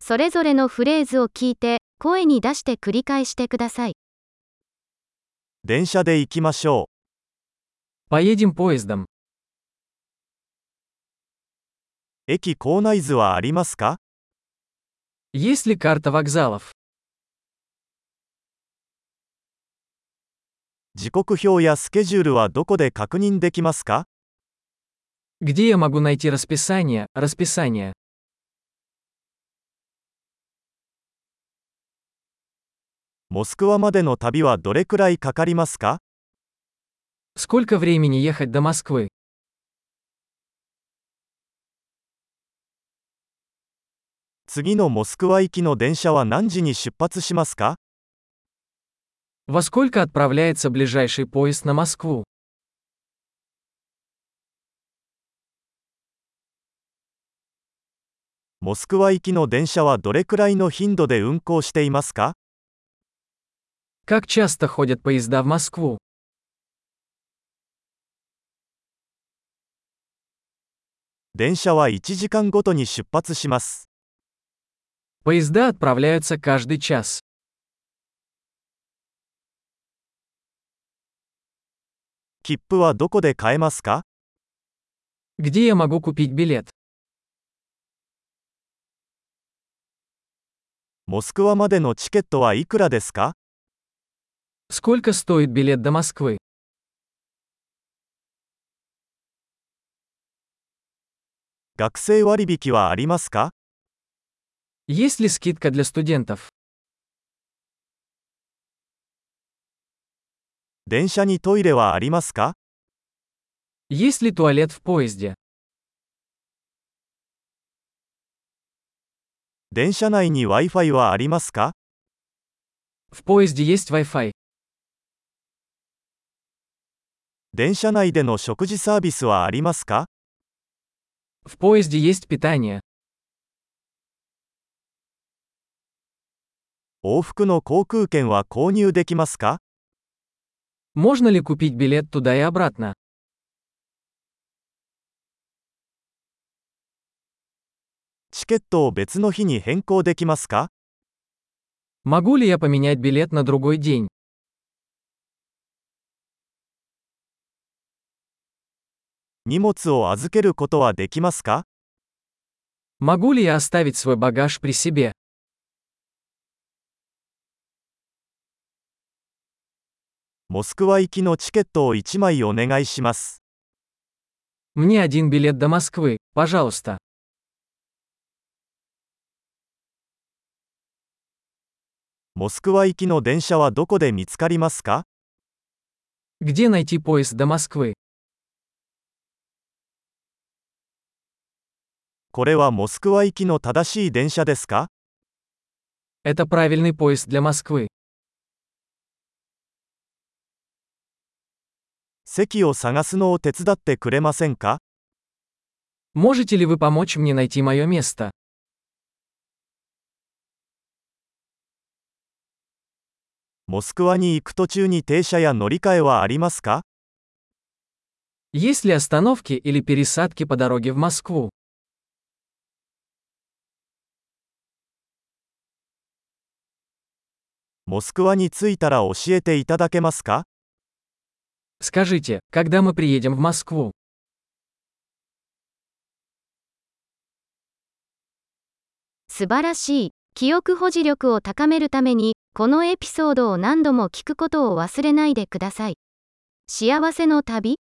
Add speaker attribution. Speaker 1: それぞれのフレーズを聞いて、声に出して繰り返してください。
Speaker 2: 電車で行きましょ
Speaker 3: Поедем поездом.
Speaker 2: う。駅構内図はありますか
Speaker 3: Есть ли карта вокзалов?
Speaker 2: 時刻表やスケジュールはどこで確認できますか
Speaker 3: Где я могу найти расписание, расписание?
Speaker 2: モスクワまでの旅はどれくらいかかりますか
Speaker 3: Сколько времени ехать до Москвы?
Speaker 2: 次のモスクワ行きの電車は何時に出発しますか
Speaker 3: Во сколько отправляется ближайший поезд на Москву?
Speaker 2: モスクワ行きの電車はどれくらいの頻度で運行していますか
Speaker 3: Как часто ходят поезда в Москву?
Speaker 2: 電車は1時間ごとに出発します。
Speaker 3: Поезда отправляются каждый час.
Speaker 2: 切符はどこで買えますか
Speaker 3: Где я могу купить билет?
Speaker 2: モスクワまでのチケットはいくらですか
Speaker 3: Сколько стоит билет до Москвы?
Speaker 2: 学生割引はありますか
Speaker 3: Есть ли скидка для студентов?
Speaker 2: 電車にトイレはありますか
Speaker 3: Есть ли туалет в поезде?
Speaker 2: 電車内に Wi-Fi はありますか
Speaker 3: В поезде есть Wi-Fi.
Speaker 2: 電車内での食事サービスはありますか
Speaker 3: В поезде есть питание.
Speaker 2: 往復の航空券は購入できますか
Speaker 3: Можно ли купить билет туда и обратно?
Speaker 2: チケットを別の日に変更できますか
Speaker 3: Могу ли я поменять билет на другой день?
Speaker 2: 荷物を預けることはできますか
Speaker 3: Могу ли я оставить свой багаж при себе?
Speaker 2: モスクワ行きのチケットを1枚お願いします。
Speaker 3: Мне один билет до Москвы, пожалуйста.
Speaker 2: モスクワ行きの電車はどこで見つかりますか
Speaker 3: Где найти поезд до Москвы?
Speaker 2: これはモスクワ行きの正しい電車ですか
Speaker 3: Это правильный поезд для Москвы.
Speaker 2: 席を探すのを手伝ってくれませんか
Speaker 3: Можете ли вы помочь мне найти мое место?
Speaker 2: モスクワに行く途中に停車や乗り換えはありますか
Speaker 3: Есть ли остановки или пересадки по дороге в Москву?
Speaker 2: モスクワに着いたら教えていただけますか
Speaker 3: Скажите, когда мы приедем в Москву?
Speaker 1: 素晴らしい。記憶保持力を高めるために、このエピソードを何度も聞くことを忘れないでください。幸せの旅